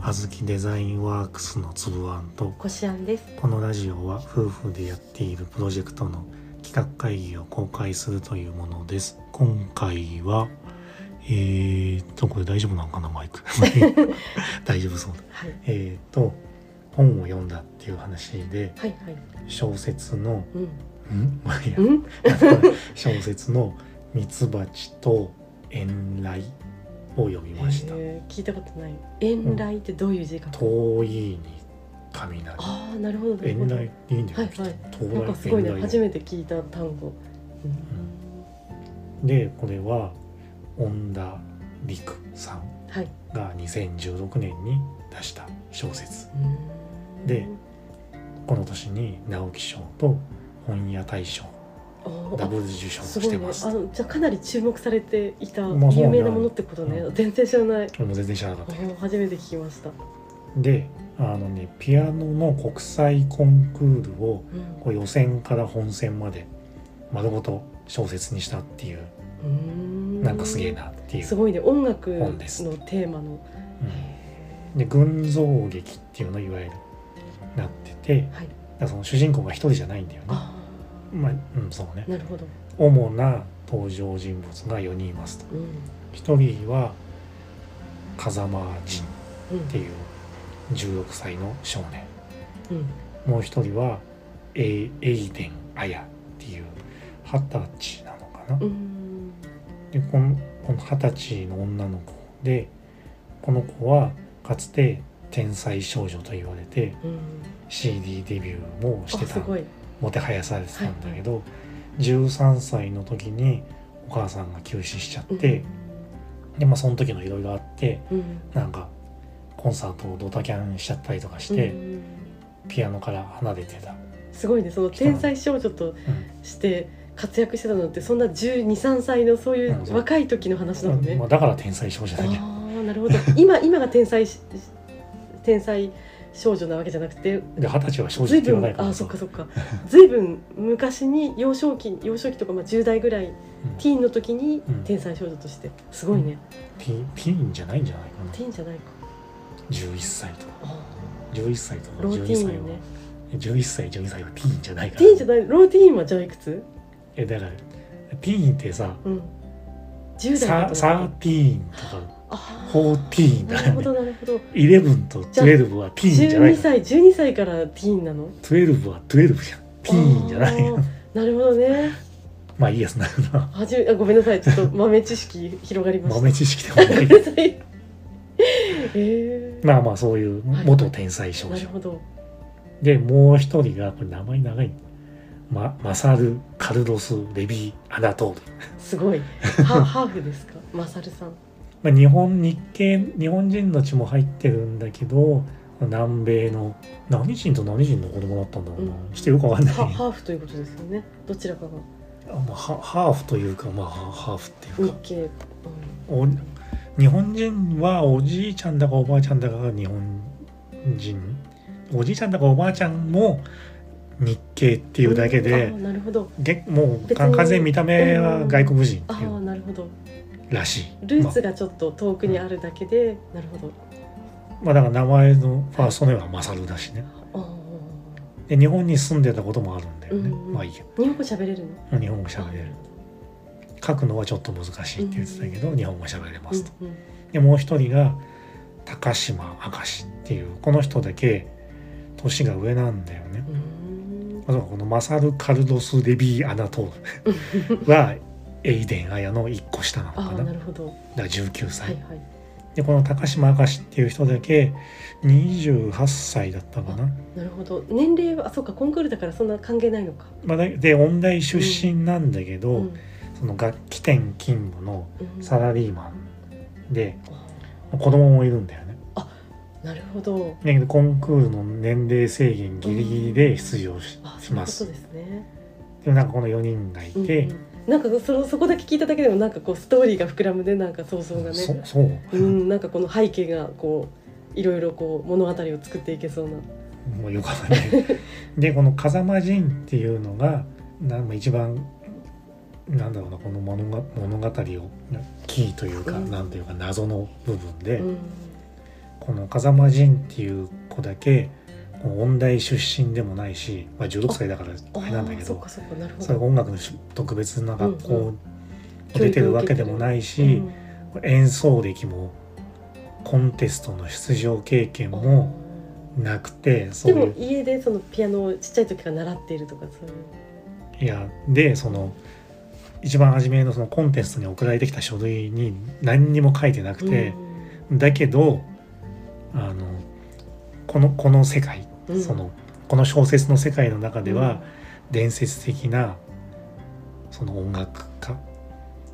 あずきデザインワークスのつぶあんとこしあんですこのラジオは夫婦でやっているプロジェクトの企画会議を公開するというものです今回はえー、っとこれ大丈夫なのかなマイク 大丈夫そうだはいえー、っと本を読んだっていう話ではいはい小説のうんんまあいいやうん小説の「ミツバチと遠雷」を読みましたえー聞いたことない遠雷ってどういう字か、遠いに雷ああなるほどなるほ遠ど雷いいんだよ、はいはい遠なんか雷すごいね遠初雷めて聞いた単語うんでこれは恩田陸さんはいが2016年に出した小説うんでこの年に直木賞と本屋大賞あーダブル受賞すしごいてねますあのじゃあかなり注目されていたまあそう有ね名なものってことね、う全然知らない俺も全然知らなかっあたー初めて聞きました、であのねピアノの国際コンクールをうんこう予選から本選まで丸ごと小説にしたっていううーんなんかすげえなっていうすごいね音楽の本ですテーマのうんで群像劇っていうのいわゆるなっててだはいからその主人公が一人じゃないんだよねあまあうんそうねあなるほど、主な登場人物が4人いますとうん1人は風間仁うんっていう16歳の少年うんもう1人はエイエイデン綾っていう二十歳なのかな、うんでこのこの二十歳の女の子でこの子はかつて天才少女と言われてうん、 CD デビューもしてあすたごいもてはやされてたんだけど、13歳の時にお母さんが急死しちゃって、でまあその時のいろいろあってうん、なんかコンサートをドタキャンしちゃったりとかして、うんピアノから離れてた、すごいねその天才少女として活躍してたのってそんな1 2 3歳のそういうんうそう若い時の話なのねまあ、だから天才少女あだね。あなるほど今今が天才し天才少女なわけじゃなくてで二十歳は少女随って言わ分ないからあさそっかそっか随分昔に幼少期幼少期とかまあ10代ぐらいうんティーンの時にうん天才少女としてすごいね、ティティーンじゃないんじゃないかなティーンじゃないか11歳とかあ11歳とーかローテ12ィ歳ーンはね11歳12歳はティーンじゃないからティーンじゃないローティーンはじゃあいくつ、えだからティーンってさうん、10代サだとサー思うティーンとかあーフォーティーンなだるよほどねなるほど11と12はティーンじゃない12から歳12歳からティーンなの12は12じゃんティーンじゃないよあーなるほどねまあいいやつなるなはじめあごめんなさいちょっと豆知識広がりました豆 知識でもなごめいんなさいえーまあまあそういう元天才少な女るほどでもう一人がこれ名前長いま、マサル・カルロス・レビー・アナトールすごい ハハーフですかマサルさんまあ、日本日系日本人の血も入ってるんだけど南米の何人と何人の子供だったんだろうな、うんちょっとよくわかんないハハーフということですよねどちらかがあまあハハーフというかまあハハーフっていう日か、系、うおん日本人はおじいちゃんだかおばあちゃんだかが日本人おじいちゃんだかおばあちゃんも日系っていうだけで、うんあーなるほどげもう別完に全に見た目は外国人ってあいあうなるほどらしいルーツがちょっと遠くにあるだけで、なるほどまあ、まあだから名前のファーストネームはマサルだしねあーで日本に住んでたこともあるんだよね、うんうんまあいいや日本語喋れるの日本語喋れる書くのはちょっと難しいって言ってたけど、日本語喋れますと、うんうんでもう一人が高島明石っていうこの人だけ年が上なんだよねうーんあとはこのマサル・カルドス・レビー・アナトールはエイデン・アヤの1個下なのかあなあなだかるほどはら19歳、いはいでこの高島明石っていう人だけ28歳だったかななるほど年齢はあそうかコンクールだからそんな関係ないのかまあ、だで音大出身なんだけど、うんその楽器店勤務のうんサラリーマンであ子供もいるんだよね。ーなるほどだけどコンクールの年齢制限ギリギリで出場し,、あそういまうことす。ですねでもなんかこの4人がいうんうんて、なんかそのそこだけ聞いただけでもなんかこうストーリーが膨らむねなんか想像がねそそう、うんなんかこの背景がこういろいろこう物語を作っていけそうなもうよくわかんない。 でこの風間仁っていうのがなんまあ一番なんだろうなこの物が物語をキーというか、うんなんというか謎の部分で、うんこの風間仁っていう子だけこう音大出身でもないし、まあ、16歳だからあれなんだけあーそっどかそっかなるほどそれが音楽のし特別な学校うんうを出てるわけでもないし、演奏歴もコンテストの出場経験うんもなくてそでういもう家でそのピアノをちっちゃい時から習っているとかそういういやでその一番初めのそのコンテストに送られてきた書類に何にも書いてなくて、だけどあのこのこの世界、うんそのこの小説の世界の中では、伝説的なその音楽家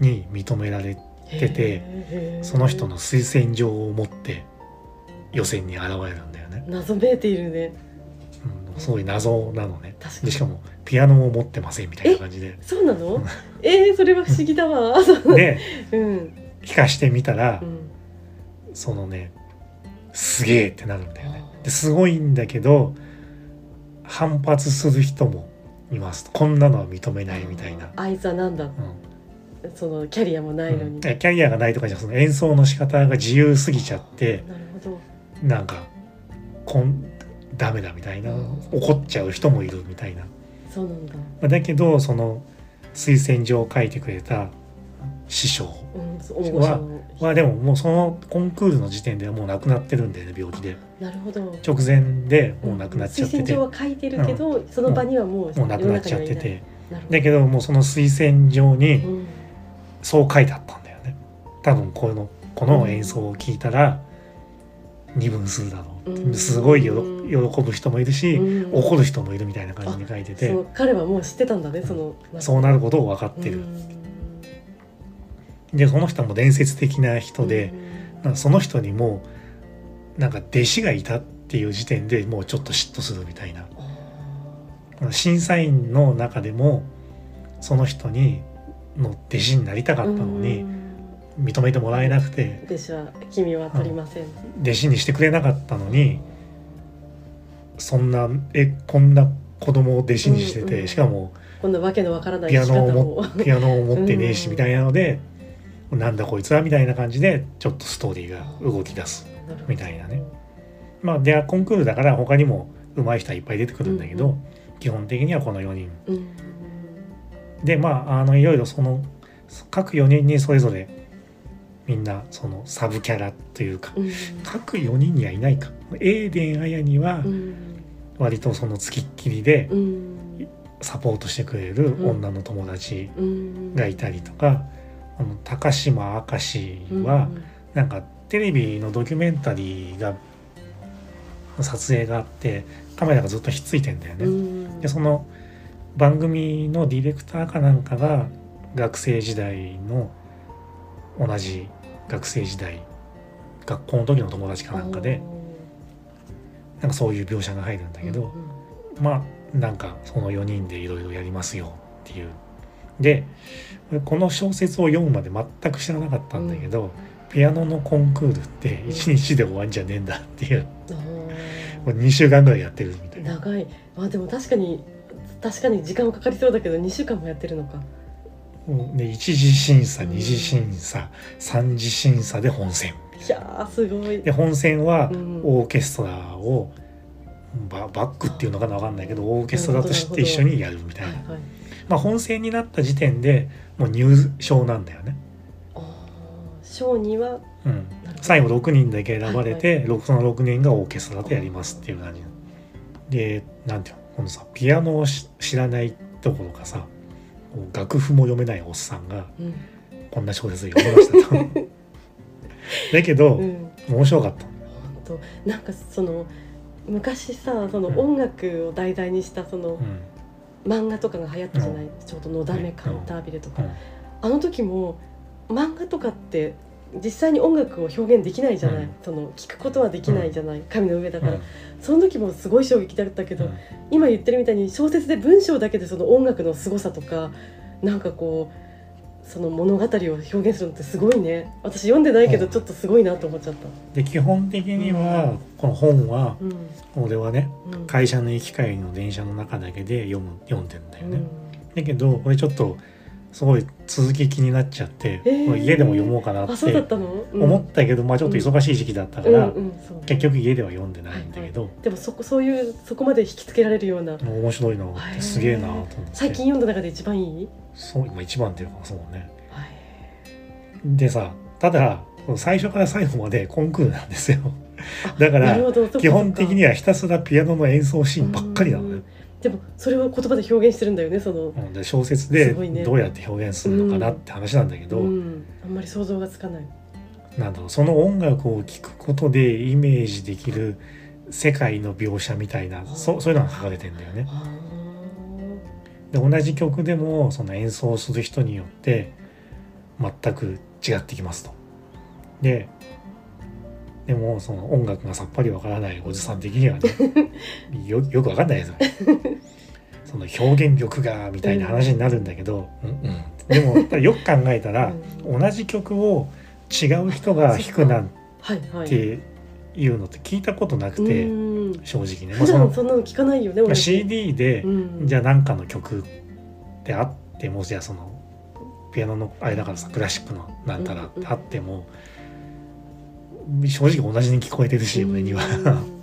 に認められ出てその人のの推薦状を持って予選に現れるんだよね、謎めいているねうん、すごい謎なのね確かでにしかもピアノも持ってませんみたいな感じでそうなのえー、それは不思議 だわでうん弾かしてみたらう、んそのねすげえってなるんだよねですごいんだけど反発する人もいますこんなのは認めないみたいな、あいつはなんだうんそのキャリアもないのに、うんキャリアがないとかじゃその演奏の仕方が自由すぎちゃってなるほどなんかこんダメだみたいな怒っちゃう人もいるみたいなそうなんだだけどその推薦状を書いてくれた師匠うんそう大御所のはでももうそのコンクールの時点ではもう亡くなってるんだよね病気でなるほど直前でもう亡くなっちゃって推薦て状もは書いてるけど、その場にはもうう亡くなっちゃってて世の中にはいないなるほどだけどもうその推薦状にうんそう書いてあったんだよね多分このこの演奏を聞いたら二分するだろうって、うんすごいよろ喜ぶ人もいるし、うん怒る人もいるみたいな感じに書いててその彼はもう知ってたんだねそのそうなることを分かってる、でその人も伝説的な人で、なんかその人にもうなんか弟子がいたっていう時点でもうちょっと嫉妬するみたいな審査員の中でもその人にの弟子になりたかあったのに認めてもらえなくて弟子は君は取りません、弟子にしてくれなかったのにそんなえこんな子供を弟子にしてて、うんうんしかもこんなわけのわ からないピア生きノ方ををもピアノを持ってねえしうんみたいなので、なんだこいつはみたいな感じでちょっとストーリーが動き出すなるほどみたいなね。まあでコンクールだから他にも上手い人はいっぱい出てくるんだけど、うんう基本的にはこの4人。うんでまああのいろいろその各4人にそれぞれみんなそのサブキャラというかうん各4人にはいないか。エーデン綾には、うん割とそのつきっきりでうんサポートしてくれる女の友達うんがいたりとか、あの高島明石はなんかテレビのドキュメンタリーが撮影があってカメラがずっとひっついてんだようね。んでその番組のディレクターかなんかが学生時代の同じ学生時代学校の時の友達かなんかでなんかそういう描写が入るんだけど、うんまあなんかその4人でいろいろやりますよっていう。でこの小説を読むまで全く知らなかったんだけど、ピアノのコンクールって1日で終わんじゃねえんだっていう、うんもう2週間ぐらいやってるみたいな長いまあでも確かに確かに時間はかかりそうだけど2週間もやってるのかもうね1次審査うん2次審査3次審査で本選いやーすごいで本選はうんオーケストラをババックっていうのかな分かんないけどオーケストラとして一緒にやるみたはいいなはいまあ、本選になった時点でもう入賞なんだよね、あー賞にはうん、なるほど最後6人だけ選ばれて、ろくその6人がオーケストラでやりますっていう感じでなんていうのこのさピアノをし知らないどころかさこう楽譜も読めないおっさんがうんこんな小説読みました とだけど、うん面白かった本当なんかその昔さそのうん音楽を題材にしたそうのん漫画とかが流行ったじゃない、ちょうど「のだめうんカンタービレ」とうか、んあの時も漫画とかって実際に音楽を表現できないじゃない、うんその聞くことはできないじゃない、紙の上だから、うんその時もすごい衝撃だったけど、うん今言ってるみたいに小説で文章だけでその音楽の凄さとかなんかこうその物語を表現するのってすごいね私読んでないけどうんちょっとすごいなと思っちゃった。で基本的にはこの本はうん俺はねうん会社の行き帰りの電車の中だけで読む読んでんだよね、うんだけどこれちょっとすごい続き気になっちゃって、えーこれ家でも読もうかなあっそうだてったの、うん思ったけど、まあちょっと忙しい時期だったかうんら、うんそう結局家では読んでないんだけど、でもそこそういうそこまで引きつけられるようなもう面白いなってすげえなと思って最近読んだ中で一番いい、そう今一番っていうかそうねはい、でさただ最初から最後までコンクールなんですよだからなるほどそっか基本的にはひたすらピアノの演奏シーンばっかりなのうねんでもそれを言葉で表現してるんだよねその、うんで小説すでごいねどうやって表現するのかなって話なんだけど、うん、あんまり想像がつかないなんだろうその音楽を聴くことでイメージできる世界の描写みたいなそそういうのが書かれてんだよね。あで同じ曲でもその演奏する人によって全く違ってきますと。ででもその音楽がさっぱりわからないおじさん的にはねよよくわかんないですよ。その表現力がみたいな話になるんだけど、うんうん、でもただよく考えたーらうん同じ曲を違う人が弾くなんはいはいっていうのって聞いたことなくて、うん正直 ね、まあ、普その段そんなの聞かないよねまあ俺 CD で、うんじゃあ何かの曲であってもじゃあそのピアノのあれだからさクラシックのなんたらってあっても、正直同じに聞こえてるし俺には。うん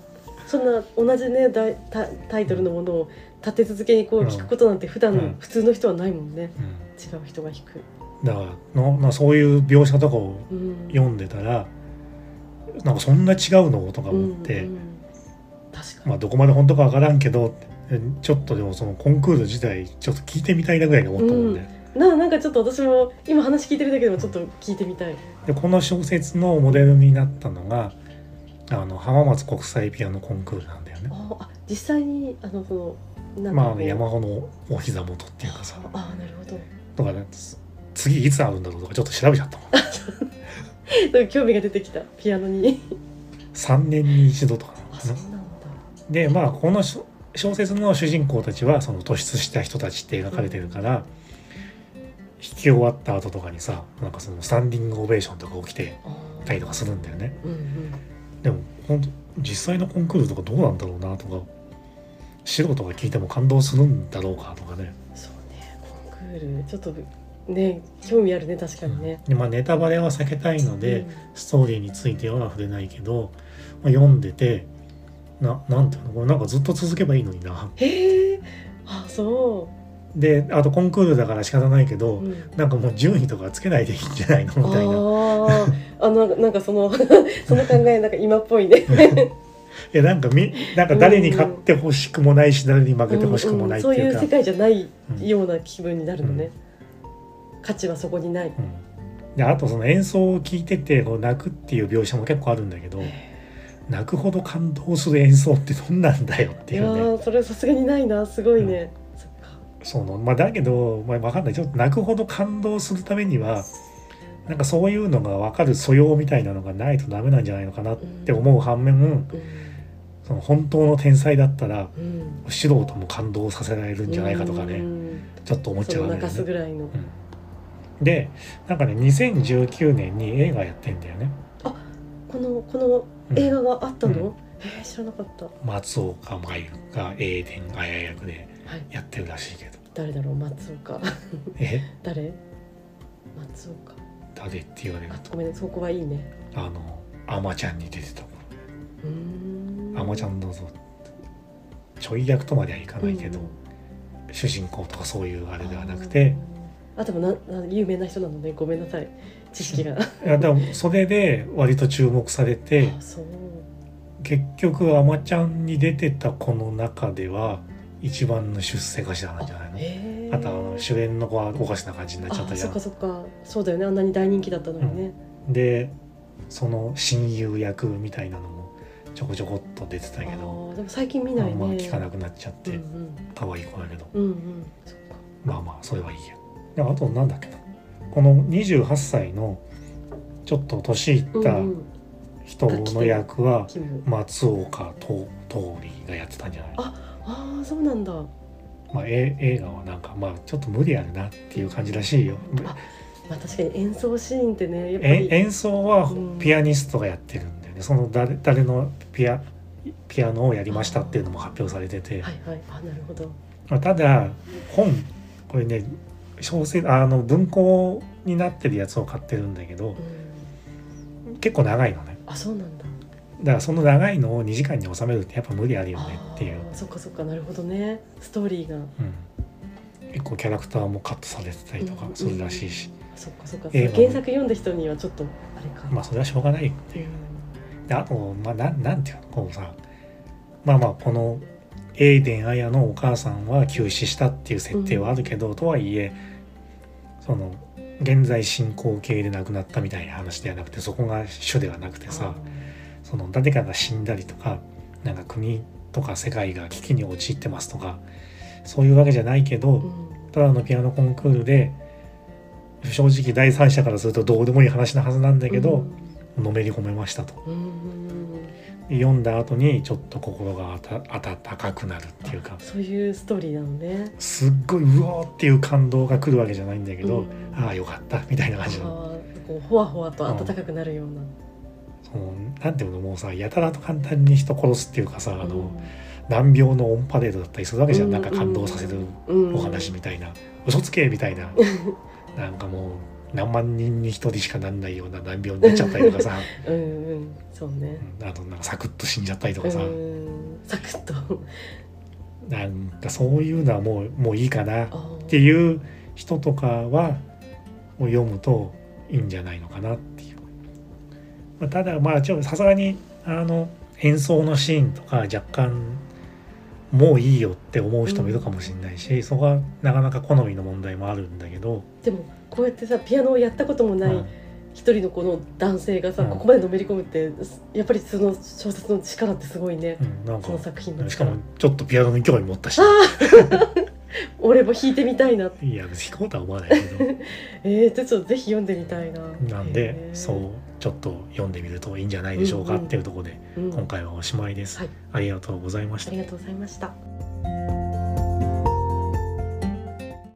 そんな同じねだいタタイトルのものを立て続けにこううん聞くことなんて普段、うん普通の人はないもんねうん違う人が弾く、だからのなそういう描写とかをうん、読んでたらなんかそんな違うのとか思って、うんうん確かに、まあ、どこまで本当かわからんけどえちょっとでもそのコンクール自体ちょっと聞いてみたいなぐらいに思ったもんね。ななんかちょっと私も今話聞いてるだけでもちょっと聞いてみたい、でこの小説のモデルになったのがあの浜松国際ピアノコンクールなんだよね。ああ実際にあのそのなんかまあこあうの山穂のお膝元っていうかさああなるほどとかねつ次いつあるんだろうとかちょっと調べちゃ ったもんなんか興味が出てきたピアノに3年に一度とかあなそのうかななんだでまあこのしょ小説の主人公たちはその突出した人たちって描かれてるから弾き終わった後とかにさなんかそのスタンディングオベーションとか起きてあーたりとかするんだよね。うんうんでも本当実際のコンクールとかどうなんだろうなとか素人が聞いても感動するんだろうかとかね、そうねコンクールちょっとね興味あるね確かにね、でまあ、ネタバレは避けたいので、うんストーリーについては触れないけど、まあ、読んでてななんていうのこれなんかずっと続けばいいのになへえあそであとコンクールだから仕方ないけど、う、うん、なんかもう順位とかつけないでいいんじゃない のみたいな。あーあなんかなんかその その考えなんか今っぽいねいやなんかみなんか誰に勝ってほしくもないし、誰 に負けてほしくもないってうんうんそういいううか、世界じゃないうんような気分になるのね、価値はそこにない、うんであとその演奏を聴いててこう泣くっていう描写も結構あるんだけど泣くほど感動する演奏ってどんなんだよっていいやうねーそれはさすがにないなすごいね、そっかその、まあ、だけど、まあ、わかんないちょっと泣くほど感動するためにはなんかそういうのが分かる素養みたいなのがないとダメなんじゃないのかなって思う反面その本当の天才だったらうん、うん、素人も感動させられるんじゃないかとかうねんちょっと思っちそゃうのわけ中ですすね。ぐらいうのんでなんかね2019年に映画やってんだよね。このこうんの映画があったの、うえー知らなかったは松岡真優が英伝綾役でいやってるらしいけど誰だろう松岡 え誰松岡誰って言われるあとごめんねそこはいいねあのあまちゃんに出てたもうーんんあまちゃんどうぞちょい役とまではいかないけど、主人公とかそういうあれではなくてあでもなな有名な人なのねごめんなさい知識がいやでもそれで割と注目されてあそう結局あまちゃんに出てた子の中では一番の出世頭なんじゃないのへえあとあの主演の子はおかしな感じになっちゃったあじゃそっんか。そっかそうだよねあんなに大人気だったのにね、でその親友役みたいなのもちょこちょこっと出てたあけどーでも最近見まなあいねまあ聞かなくなっちゃっうんてうん可愛い子だけどうんうんそっかまあまあそれはいいやであとなんだっけなこの28歳のちょっと年いっうんたうん人の役はキム松岡桃李がやってたんじゃないあああそうなんだまあ、え映画はなんかまあちょっと無理あるなっていう感じらしいよあまあ確かに演奏シーンってねやっぱえり演奏はうんピアニストがやってるんだよねその誰誰のピアピアノをやりましたっていうのも発表されてて、はいはいあなるほどまあ、ただ本これね小説あの文庫になってるやつを買ってるんだけどうん結構長いのねあそうなんだだからその長いのを2時間に収めるってやっぱ無理あるよねっていう、あーそっかそっかなるほどねストーリーがうん、結構キャラクターもカットされてたりとかうんするらしいし、そっかそっかええ原作読んだ人にはちょっとあれか、まあそれはしょうがないっていうであとまあなんなんていうのこうさまあまあこのエイデン・アヤのお母さんは急死したっていう設定はあるけど、とはいえその現在進行形で亡くなったみたいな話ではなくてそこが主ではなくてさその誰かが死んだりとかなんか国とか世界が危機に陥ってますとかそういうわけじゃないけど、うんただのピアノコンクールで正直第三者からするとどうでもいい話なはずなんだけど、のめり込めましたと。うんうん読んだ後にちょっと心があた温かくなるっていうかそういうストーリーなのねすっごいうおーっていう感動が来るわけじゃないんだけど、うんああよかったみたいなあ感じのーこうほわほわと温かくなるようなそのなんていうのもうさやたらと簡単に人殺すっていうかさあの、うん難病のオンパレードだったりするわけじゃん、なんかうう感動させるうんお話みたいな、嘘つけみたい ななんかもう何万人に一人しかなんないような難病になっちゃったりとかさ、うんうんそうねうんあとなんかサクッと死んじゃったりとうかさ、んサクッとなんかそういうのはもうもういいかなあーっていう人とかはを読むといいんじゃないのかなっていう、まあ、ただまあちょっとさすがにあの演奏のシーンとか若干もういいよって思う人もいるかもしれないし、そこはなかなか好みの問題もあるんだけど、でもこうやってさピアノをやったこともないうん一人のこの男性がさ、うんここまでのめり込むってやっぱりその小説の力ってすごいね、うんなんそのか作品のしかもちょっとピアノに興味持ったし俺も弾いてみたいないや別に弾こうとは思わないけ どえー、ちょっとぜひ読んでみたいななんへでーそうちょっと読んでみるといいんじゃないでしょうかっていうところでうん今回はおしまいです。はいありがとうございましたありがとうございました